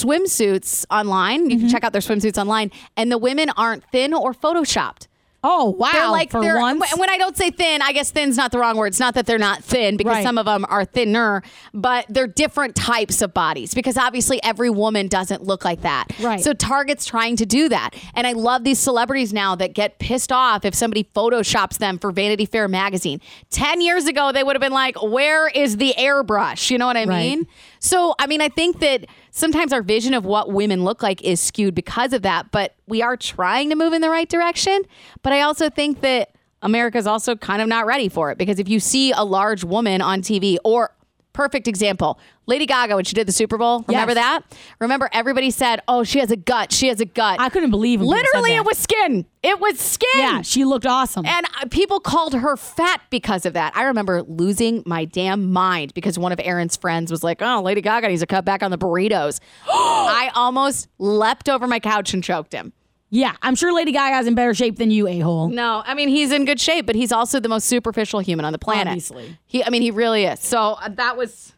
swimsuits online. You can check out their swimsuits online, and the women aren't thin or photoshopped. Oh wow! They're like for they're, once. and when I don't say thin, I guess thin's not the wrong word. It's not that they're not thin because Right. some of them are thinner, but they're different types of bodies because obviously every woman doesn't look like that. Right. So Target's trying to do that, and I love these celebrities now that get pissed off if somebody photoshops them for Vanity Fair magazine. Ten years ago, they would have been like, "Where is the airbrush?" You know what I Right. mean? So, I mean, I think that sometimes our vision of what women look like is skewed because of that, but we are trying to move in the right direction. But I also think that America's also kind of not ready for it because if you see a large woman on TV or Perfect example. Lady Gaga, when she did the Super Bowl, remember Yes. that? Remember, everybody said, Oh, she has a gut. She has a gut. I couldn't believe when people said Literally, that. it was skin. It was skin. yeah, she looked awesome. And uh, people called her fat because of that. I remember losing my damn mind because one of Aaron's friends was like, "Oh, Lady Gaga needs to cut back on the burritos." I almost leapt over my couch and choked him. yeah, I'm sure Lady Gaga's in better shape than you, a hole. No, I mean he's in good shape, but he's also the most superficial human on the planet. Obviously. he, I mean, he really is. So uh, that was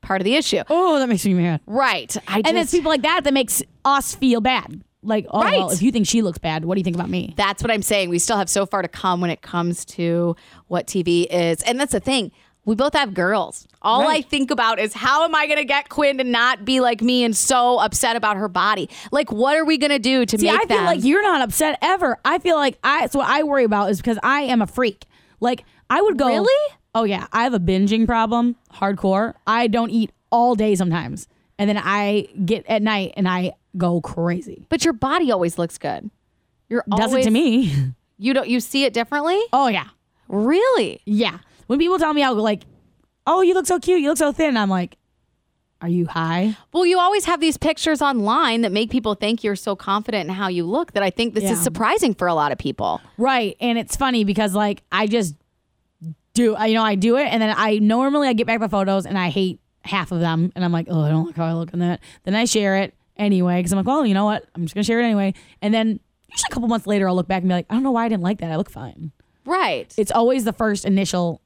part of the issue, Oh, that makes me mad. right? I just, And it's people like that that makes us feel bad. Like, oh, well, Right. if you think she looks bad, what do you think about me? That's what I'm saying. We still have so far to come when it comes to what TV is. And that's the thing. we both have girls. All I Right. think about is how am I going to get Quinn to not be like me and so upset about her body? Like, what are we going to do to See, make I feel them- like you're not upset ever. I feel like I. So what I worry about is because I am a freak. Like I would go. Really? Oh yeah, I have a binging problem, hardcore. I don't eat all day sometimes, and then I get at night and I go crazy. But your body always looks good. You're Does always, it to me? You don't. You see it differently. Oh yeah, Really? yeah. When people tell me I'll go like, "Oh, you look so cute. You look so thin," I'm like, "Are you high?" Well, you always have these pictures online that make people think you're so confident in how you look that I think this Yeah. is surprising for a lot of people. Right. And it's funny because like I just do I- you know, I do it and then I normally I get back the photos and I hate half of them and I'm like, oh, I don't like how I look in that. Then I share it anyway because I'm like, well, you know what? I'm just gonna share it anyway. And then usually a couple months later I'll look back and be like, I don't know why I didn't like that. I look fine. Right. It's always the first initial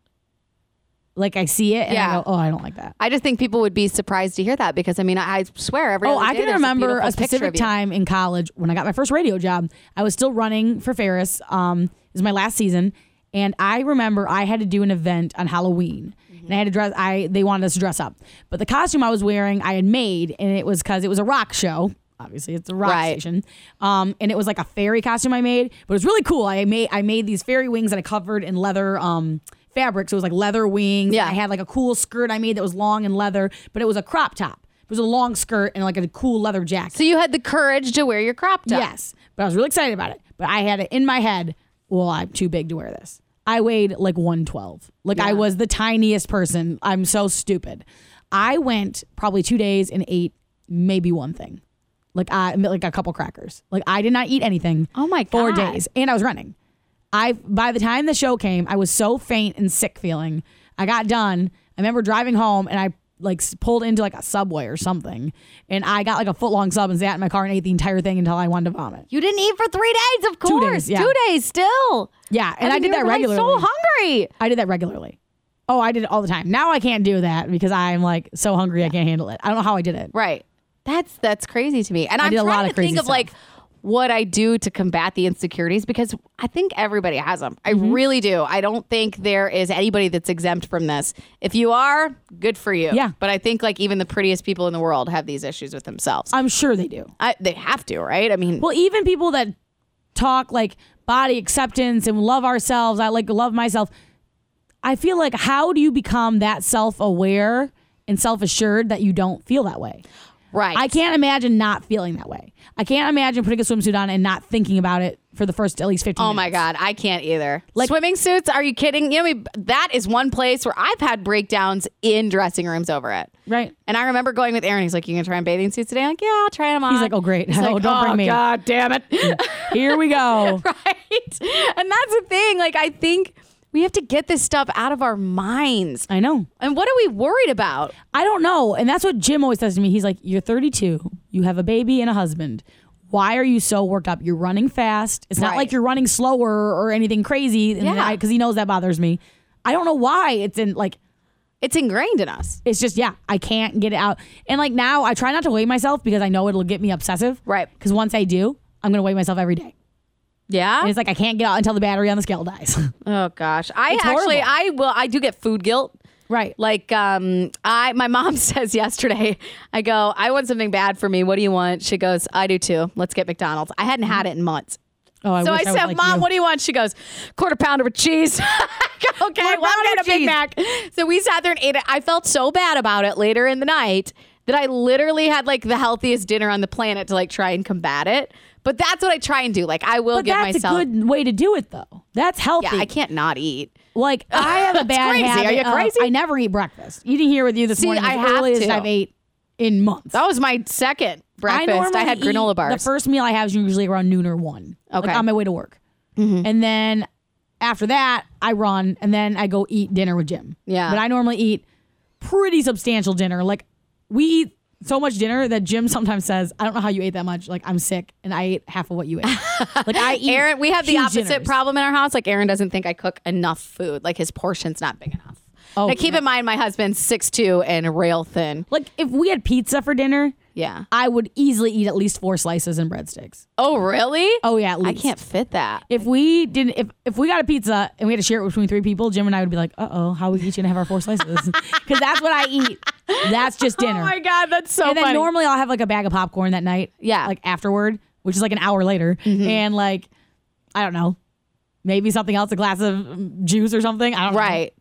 like I see it and I Yeah. go, Oh, I don't like that. I just think people would be surprised to hear that because I mean, I, I swear every Oh, other I day can there's remember beautiful a picture specific of you. time in college when I got my first radio job. I was still running for Ferris. Um, it was my last season, and I remember I had to do an event on Halloween, and I had to dress. I they wanted us to dress up, but the costume I was wearing I had made, and it was because it was a rock show. Obviously, it's a rock Right. station, um, and it was like a fairy costume I made, but it was really cool. I made I made these fairy wings that I covered in leather. Um, fabric so it was like leather wings Yeah. i had like a cool skirt i made that was long and leather but it was a crop top it was a long skirt and like a cool leather jacket So you had the courage to wear your crop top. Yes, but I was really excited about it. But I had it in my head. Well, I'm too big to wear this. I weighed like 112. Like I was the tiniest person. I'm so stupid. I went probably two days and ate maybe one thing, like I like a couple crackers. Like I did not eat anything. Oh my Four God. days, and I was running. I by the time the show came, I was so faint and sick feeling. I got done. I remember driving home and I like s- pulled into like a subway or something, and I got like a foot long sub and sat in my car and ate the entire thing until I wanted to vomit. You didn't eat for three days, of Two course. days, yeah. Two days still. Yeah, and I, mean, did you're that probably regularly. So hungry. I did that regularly. Oh, I did it all the time. Now I can't do that because I'm like so hungry I can't handle it. I don't know how I did it. Right. That's that's crazy to me. And I am did a trying lot to of crazy think of stuff. like what I do to combat the insecurities because I think everybody has them. I Mm-hmm. really do. I don't think there is anybody that's exempt from this. If you are, good for you. Yeah. But I think like even the prettiest people in the world have these issues with themselves. I'm sure they do. I, they have to, right? I mean, Well, even people that talk like body acceptance and love ourselves, I like love myself. I feel like how do you become that self aware and self assured that you don't feel that way? right. I can't imagine not feeling that way. I can't imagine putting a swimsuit on and not thinking about it for the first at least 15 Oh minutes. my god, I can't either. Like swimming suits? Are you kidding? You know, I mean, that is one place where I've had breakdowns in dressing rooms over it. Right. And I remember going with Aaron. He's like, "You gonna try on bathing suits today?" I'm like, "Yeah, I'll try them on." He's like, oh, great. He's Oh, like, don't "Oh, bring me. God damn it! Here we go. right? And that's the thing. Like, I think we have to get this stuff out of our minds. I know. And what are we worried about? I don't know. And that's what Jim always says to me. He's like, You're 32, you have a baby and a husband. Why are you so worked up? You're running fast. It's not Right. like you're running slower or anything crazy. Yeah. Because he knows that bothers me. I don't know why. It's in like, It's ingrained in us, it's just, yeah, I can't get it out. And like now I try not to weigh myself because I know it'll get me obsessive. Right. Because once I do, I'm going to weigh myself every day. yeah. And it's like, I can't get out until the battery on the scale dies. oh gosh, I It's actually, horrible. I will, I do get food guilt. right. Like um I my mom says yesterday, I go, I want something bad for me. What do you want? She goes, I do too. Let's get McDonald's. I hadn't had it in months. oh, I so wish I I was said, like Mom, you." what do you want? She goes, quarter pounder with cheese. I go, okay, well, I'm pounder getting a Big cheese. Mac. So we sat there and ate it. I felt so bad about it later in the night that I literally had like the healthiest dinner on the planet to like try and combat it. But that's what I try and do. Like I will But give that's myself a good way to do it, though. That's healthy. Yeah, I can't not eat. Like I have a That's bad crazy. Are habit. you of- crazy? I never eat breakfast. Eating here with you this See, morning I is the have earliest to. I've ate in months. That was my second breakfast. I, normally had eat- granola The bars. first meal I have is usually around noon or one. like, Okay. Mm-hmm. on my way to work, and then after that I run, and then I go eat dinner with Jim. Yeah. but I normally eat pretty substantial dinner. Like we eat so much dinner that Jim sometimes says, "I don't know how you ate that much." Like I'm sick, and I ate half of what you ate. like I eat. Aaron, we have the huge opposite dinners. problem in our house. Like Aaron doesn't think I cook enough food. Like his portion's not big enough. Oh, now keep in mind my husband's six two and rail thin. Like if we had pizza for dinner, Yeah. I would easily eat at least four slices and breadsticks. Oh, really? Oh yeah, at I least. can't fit that. If we didn't, if if we got a pizza and we had to share it between three people, Jim and I would be like, "Uh oh, how are we each gonna have our four slices?" Because that's what I eat. That's just dinner. Oh my god, that's so and then funny. normally I'll have like a bag of popcorn that night. Yeah. Like afterward, which is like an hour later. And like, I don't know, maybe something else, a glass of mm, juice or something. I don't know. right.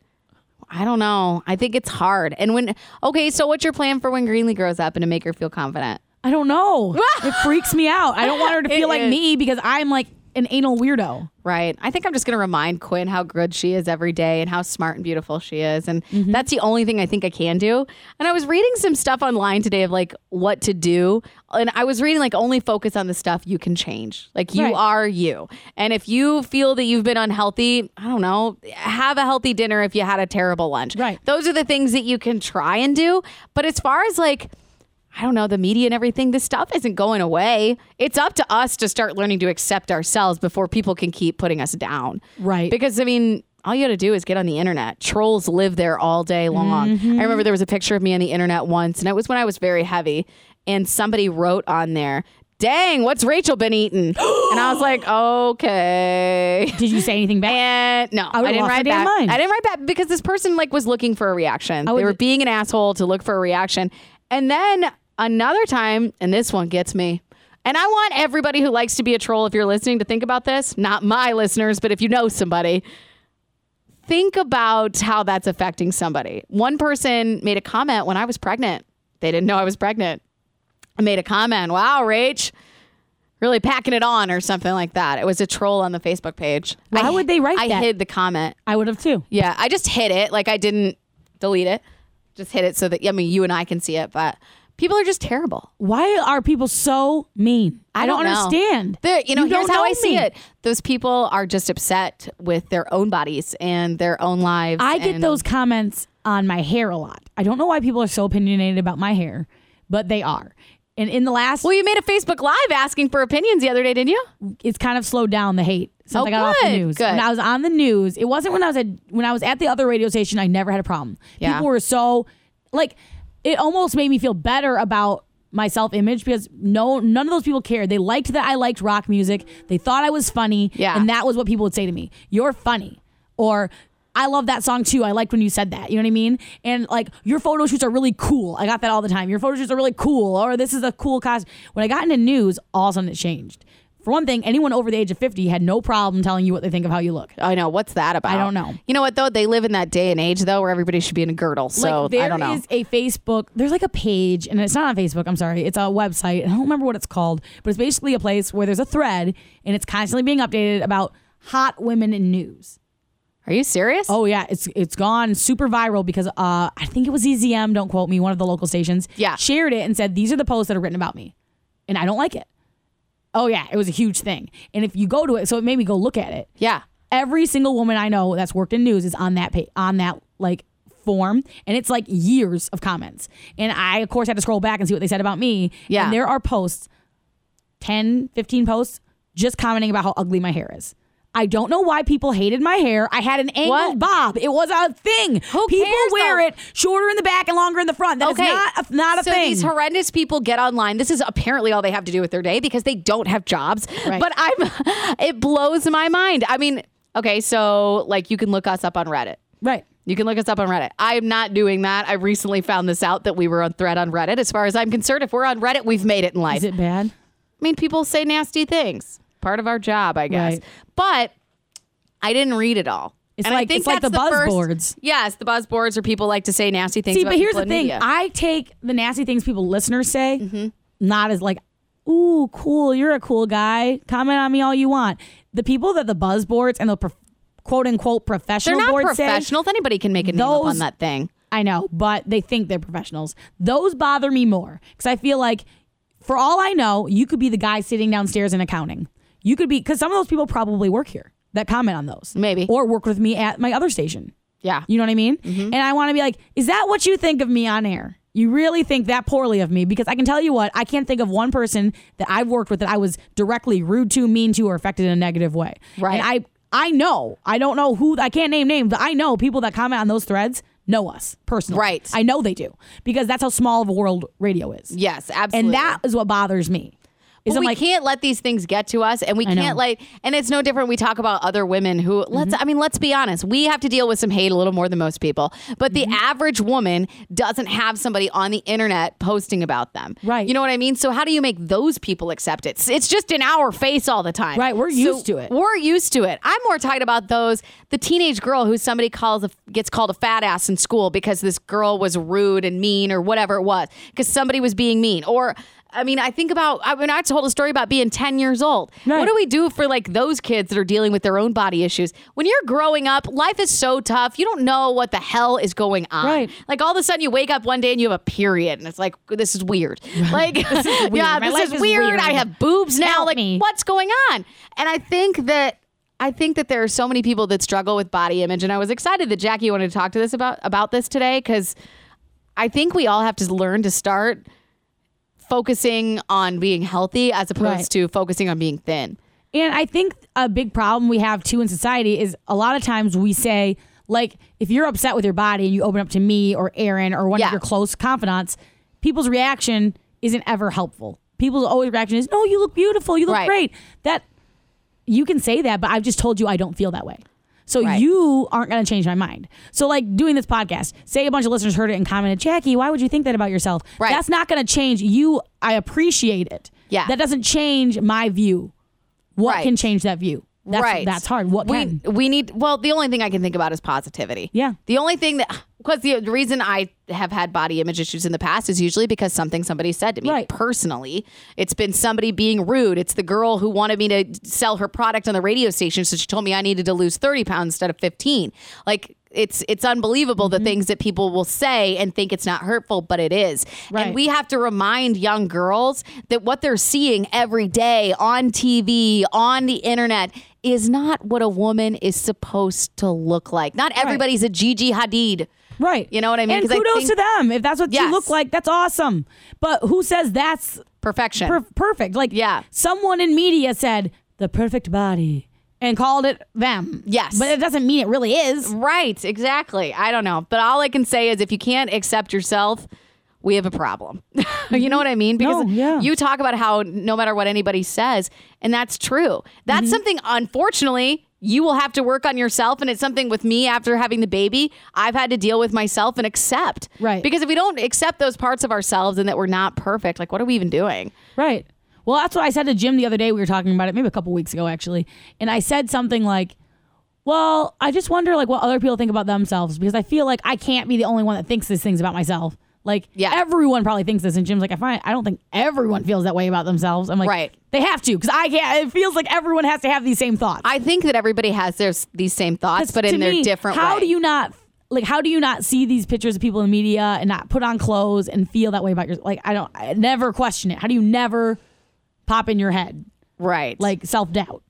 I don't know. I think it's hard. And when okay, so what's your plan for when Greenlee grows up and to make her feel confident? I don't know. it freaks me out. I don't want her to It feel like is. me because I'm like an anal weirdo. Right. I think I'm just going to remind Quinn how good she is every day and how smart and beautiful she is. And Mm-hmm. that's the only thing I think I can do. And I was reading some stuff online today of like what to do. And I was reading like only focus on the stuff you can change. Like you Right. are you. And if you feel that you've been unhealthy, I don't know, have a healthy dinner if you had a terrible lunch. Right. Those are the things that you can try and do. But as far as like, I don't know, the media and everything, this stuff isn't going away. It's up to us to start learning to accept ourselves before people can keep putting us down. Right. Because, I mean, all you got to do is get on the internet. Trolls live there all day long. I remember there was a picture of me on the internet once, and it was when I was very heavy, and somebody wrote on there, Dang, what's Rachel been eating? and I was like, okay. Did you say anything back? And Eh, no, I, would've didn't lost write my damn back. mind. I didn't write back because this person like was looking for a reaction. They would- were being an asshole to look for a reaction. And then another time, and this one gets me. And I want everybody who likes to be a troll, if you're listening, to think about this. Not my listeners, but if you know somebody, think about how that's affecting somebody. One person made a comment when I was pregnant. They didn't know I was pregnant. I made a comment, wow, Rach, really packing it on or something like that. It was a troll on the Facebook page. Why I- would they write I that? hid the comment. I would have too. Yeah, I just hid it. Like I didn't delete it. Just hid it so that I mean you and I can see it, but people are just terrible. Why are people so mean? I, don't, know. understand. They're- you know, here's don't how I know see me. it. Those people are just upset with their own bodies and their own lives. I get and- those comments on my hair a lot. I don't know why people are so opinionated about my hair, but they are. And in the last, Well, you made a Facebook Live asking for opinions the other day, didn't you? it's kind of slowed down the hate since Oh, I got off good, the news. good. When I was on the news, it wasn't when I was at when I was at the other radio station. I never had a problem. Yeah. People were so like it almost made me feel better about my self image because no none of those people cared. They liked that I liked rock music. They thought I was funny. Yeah. And that was what people would say to me. You're funny. Or I love that song too. I liked when you said that. You know what I mean? And like your photo shoots are really cool. I got that all the time. Your photo shoots are really cool. Or this is a cool costume. When I got into news, all of a sudden it changed. For one thing, anyone over the age of 50 had no problem telling you what they think of how you look. I know. What's that about? I don't know. You know what though? They live in that day and age though, where everybody should be in a girdle. So like there I don't know. is a Facebook. There's like a page, and it's not on Facebook. I'm sorry, it's a website. and I don't remember what it's called, but it's basically a place where there's a thread, and it's constantly being updated about hot women in news. Are you serious? Oh yeah, it's it's gone super viral because uh, I think it was EZM. Don't quote me. One of the local stations. Yeah. shared it and said these are the posts that are written about me, and I don't like it. Oh yeah, it was a huge thing. And if you go to it, so it made me go look at it yeah. every single woman I know that's worked in news is on that page, on that like form and it's like years of comments and i of course had to scroll back and see what they said about me Yeah. and there are posts 10 15 posts just commenting about how ugly my hair is i don't know why people hated my hair i had an angled What? bob it was a thing Who people cares, wear though? it shorter in the back and longer in the front That is not a, not a so thing these horrendous people get online. This is apparently all they have to do with their day because they don't have jobs. Right. But I'm, it blows my mind. I mean, okay, so like you can look us up on Reddit. right You can look us up on Reddit. I'm not doing that. I recently found this out that we were on thread on Reddit. As far as I'm concerned, if we're on Reddit, we've made it in life. is it bad I mean, people say nasty things. Part of our job, I guess. Right. But I didn't read it all. It's And I like- think it's like that's the buzz first- boards. Yes, the buzz boards where people like to say nasty things. See, about but here's people the in Mm-hmm. media. thing. I take the nasty things people listeners say, not as like, "Ooh, cool, you're a cool guy." Comment on me all you want. The people that the buzz boards and the prof- quote unquote They're professional not boards say, professionals. Anybody can make a name up on Those- that thing. I know, but they think they're professionals. Those bother me more because I feel like, for all I know, you could be the guy sitting downstairs in accounting. You could be because some of those people probably work here that comment on those, Maybe. or work with me at my other station. Yeah. You know what I mean? Mm-hmm. And I want to be like, is that what you think of me on air? You really think that poorly of me? Because I can tell you what, I can't think of one person that I've worked with that I was directly rude to, mean to, or affected in a negative way. Right. And I I know. I don't know who I can't name names, but I know people that comment on those threads know us personally. Right. I know they do because that's how small of a world radio is. Yes, absolutely. And that is what bothers me. Is But I'm we like, can't let these things get to us, and we know. Mm-hmm. can't like. And it's no different. We talk about other women who let's. I mean, let's be honest. We have to deal with some hate a little more than most people. But Mm-hmm. the average woman doesn't have somebody on the internet posting about them. Right. You know what I mean? So how do you make those people accept it? It's- It's just in our face all the time. Right, we're So used to it. We're used to it. I'm more tight about those. The teenage girl who somebody calls a, gets called a fat ass in school because this girl was rude and mean or whatever it was because somebody was being mean. Or I mean, I think about I mean, I told a story about being 10 years old. Right. What do we do for like those kids that are dealing with their own body issues? When you're growing up, life is so tough. You don't know what the hell is going on. Right. Like all of a sudden you wake up one day and you have a period and it's like this is weird. Like yeah, My this life is is weird. weird. I have boobs now. Help like me. what? what's going on? And I think that I think that there are so many people that struggle with body image, and I was excited that Jackie wanted to talk to this about about this today because I think we all have to learn to start focusing on being healthy as opposed Right. to focusing on being thin. And I think a big problem we have too in society is a lot of times we say, like, if you're upset with your body and you open up to me or Aaron or one Yeah. of your close confidants, people's reaction isn't ever helpful. People's always reaction is, "No, you look beautiful. You look Right. great." That you can say that, but I've just told you I don't feel that way. So Right. you aren't going to change my mind. So like doing this podcast, say a bunch of listeners heard it and commented, "Jackie, why would you think that about yourself?" Right. That's not going to change you. I appreciate it. Yeah. That doesn't change my view what Right. can change that view? That's, right. That's hard. What we can? we need? Well, the only thing I can think about is positivity. Yeah. The only thing that because the reason I have had body image issues in the past is usually because something somebody said to me Right. personally. It's been somebody being rude. It's the girl who wanted me to sell her product on the radio station, so she told me I needed to lose thirty pounds instead of fifteen. Like. It's it's unbelievable Mm-hmm. the things that people will say and think it's not hurtful, but it is. Right. And we have to remind young girls that what they're seeing every day on TV, on the internet, is not what a woman is supposed to look like. Not everybody's a Gigi Hadid. Right. You know what I mean? And 'Cause I kudos think- to them if that's what you Yes. look like. That's awesome. But who says that's Perfection. per- perfect? Like, Yeah. Someone in media said the perfect body and called it them. Yes. But it doesn't mean it really is. right, exactly. I don't know. But all I can say is if you can't accept yourself, we have a problem. you know what I mean? Because No, yeah. you talk about how no matter what anybody says, and that's true. That's Mm-hmm. something, unfortunately, you will have to work on yourself. And it's something with me after having the baby, I've had to deal with myself and accept. Right. Because if we don't accept those parts of ourselves and that we're not perfect, like, what are we even doing? Right. Well, that's what I said to Jim the other day. We were talking about it maybe a couple weeks ago, actually. And I said something like, well, I just wonder like what other people think about themselves because I feel like I can't be the only one that thinks these things about myself. Like Yeah. everyone probably thinks this, and Jim's like, I find I don't think everyone feels that way about themselves. I'm like, Right. They have to because I can't. It feels like everyone has to have these same thoughts. I think that everybody has their, these same thoughts, but in To their me, different How way. do you not like? How do you not see these pictures of people in the media and not put on clothes and feel that way about your like? I don't. I never question it. How do you never pop in your head Right. like self doubt?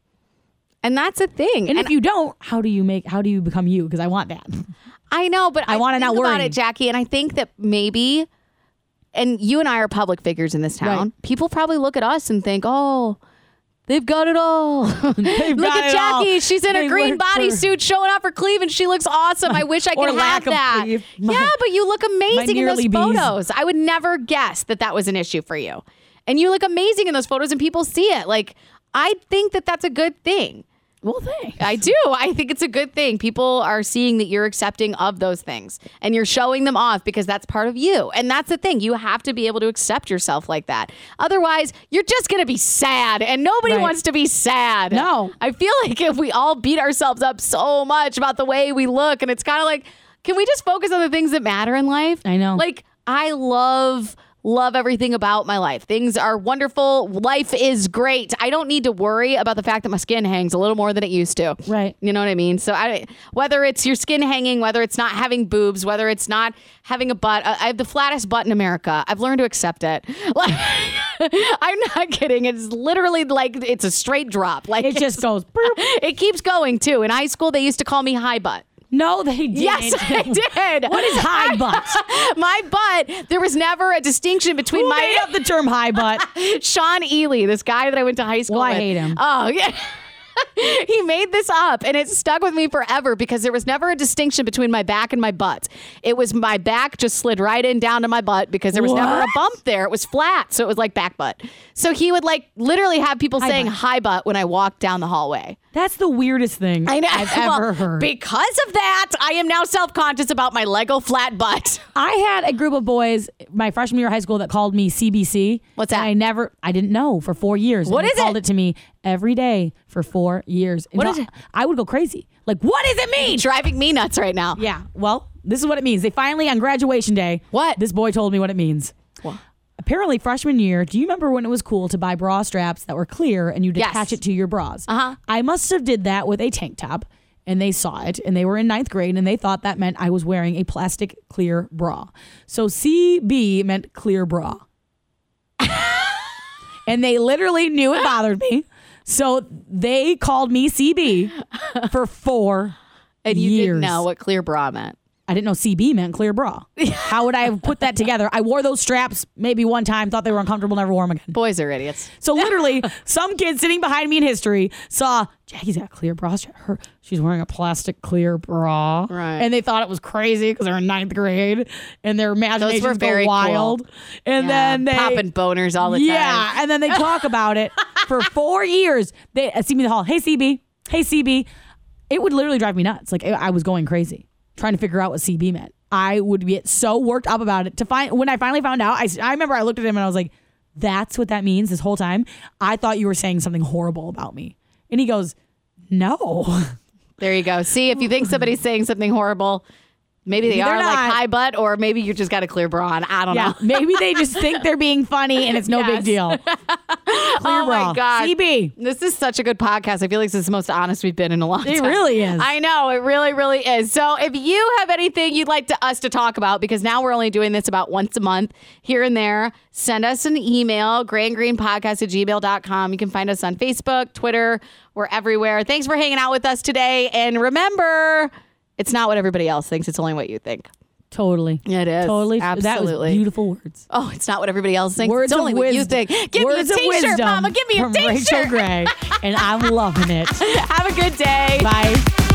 and that's a thing. And, if you don't, how do you make? How do you become you? Because I want that. I know, but I, wanna think not about worry. it, Jackie. And I think that maybe, and you and I are public figures in this town. Right. People probably look at us and think, "Oh, they've got it all." look got at it all. Jackie; she's in a They green work for- bodysuit, showing off her cleavage. She looks awesome. I wish I Or could have lack of that. cleave. My- yeah, but you look amazing in those nearly bees. photos. I would never guess that that was an issue for you, and you look amazing in those photos, and people see it. Like, I think that that's a good thing. Well, thanks. I do. I think it's a good thing. People are seeing that you're accepting of those things and you're showing them off because that's part of you. And that's the thing. You have to be able to accept yourself like that. Otherwise, you're just going to be sad and nobody Right. wants to be sad. No. I feel like if we all beat ourselves up so much about the way we look and it's kind of like can we just focus on the things that matter in life? I know. Like I love love everything about my life. Things are wonderful. Life is great. I don't need to worry about the fact that my skin hangs a little more than it used to. Right. You know what I mean? So I whether it's your skin hanging, whether it's not having boobs, whether it's not having a butt. I I have the flattest butt in America. I've learned to accept it. Like I'm not kidding. It's literally like it's a straight drop. Like It just goes. "Burp." it keeps going too. In high school, they used to call me high butt. No, they did. Yes, I did. What is high butt? my butt? There was never a distinction between Who made my up the term high butt? Sean Ely, this guy that I went to high school Well, I with. hate him. Oh yeah. he made this up and it stuck with me forever because there was never a distinction between my back and my butt. It was my back just slid right in down to my butt because there was never a bump there. It was flat. So it was like back butt. So he would like literally have people saying butt. hi butt when I walked down the hallway. That's the weirdest thing I know. I've Well, ever heard. Because of that, I am now self conscious about my Lego flat butt. I had a group of boys my freshman year of high school that called me CBC. What's And that? I never, I didn't know for four years. What and they is it? Called it to me every day for four years. What Until is it? I would go crazy. Like, what does it mean? Driving me nuts right now. Yeah. Well, this is what it means. They finally on graduation day. What? This boy told me what it means. What? Apparently, freshman year. Do you remember when it was cool to buy bra straps that were clear and you Yes. detach it to your bras? Uh Uh-huh. I must have did that with a tank top, and they saw it, and they were in ninth grade, and they thought that meant I was wearing a plastic clear bra. So CB meant clear bra, and they literally knew it bothered me. So they called me CB for four And you didn't Years. know what clear bra meant. I didn't know CB meant clear bra. How would I have put that together? I wore those straps maybe one time, thought they were uncomfortable, never wore them again. Boys are idiots. So literally, some kid sitting behind me in history saw Jackie's got a clear bra strap. Her, she's wearing a plastic clear bra, Right. And they thought it was crazy because they're in ninth grade and their imaginations very go cool. wild. And Yeah, then they Uh, popping boners all the yeah, and then they talk about it for four years. They uh, see me in the hall. Hey CB, hey CB. It would literally drive me nuts. Like I I was going crazy trying to figure out what CB meant. I would get so worked up about it to find when I finally found out. I, s- I remember I looked at him and I was like, "That's what that means." This whole time, I thought you were saying something horrible about me, and he goes, "No." There you go. See, if you think somebody's saying something horrible, maybe they They're are like not. high butt, or maybe you just got a clear bra on. I don't Yeah, know. maybe they just think they're being funny and it's no Yes. big deal. Clear Oh bra. my god, CB. This is such a good podcast. I feel like this is the most honest we've been in a long time. It really is. I know it really, really is. So, if you have anything you'd like to us to talk about, because now we're only doing this about once a month here and there, send us an email, grandgreenpodcast at gmail.com. You can find us on Facebook, Twitter, we're everywhere. Thanks for hanging out with us today. And remember, it's not what everybody else thinks, it's only what you think. Totally. It is. Totally. That was Absolutely. beautiful words. Oh, it's not what everybody else thinks. Words it's only of what you wisdom. think. Give Words me of a t shirt, wisdom Mama. Give me a from t Rachel shirt. Gray, and I'm loving it. Have a good day. Bye.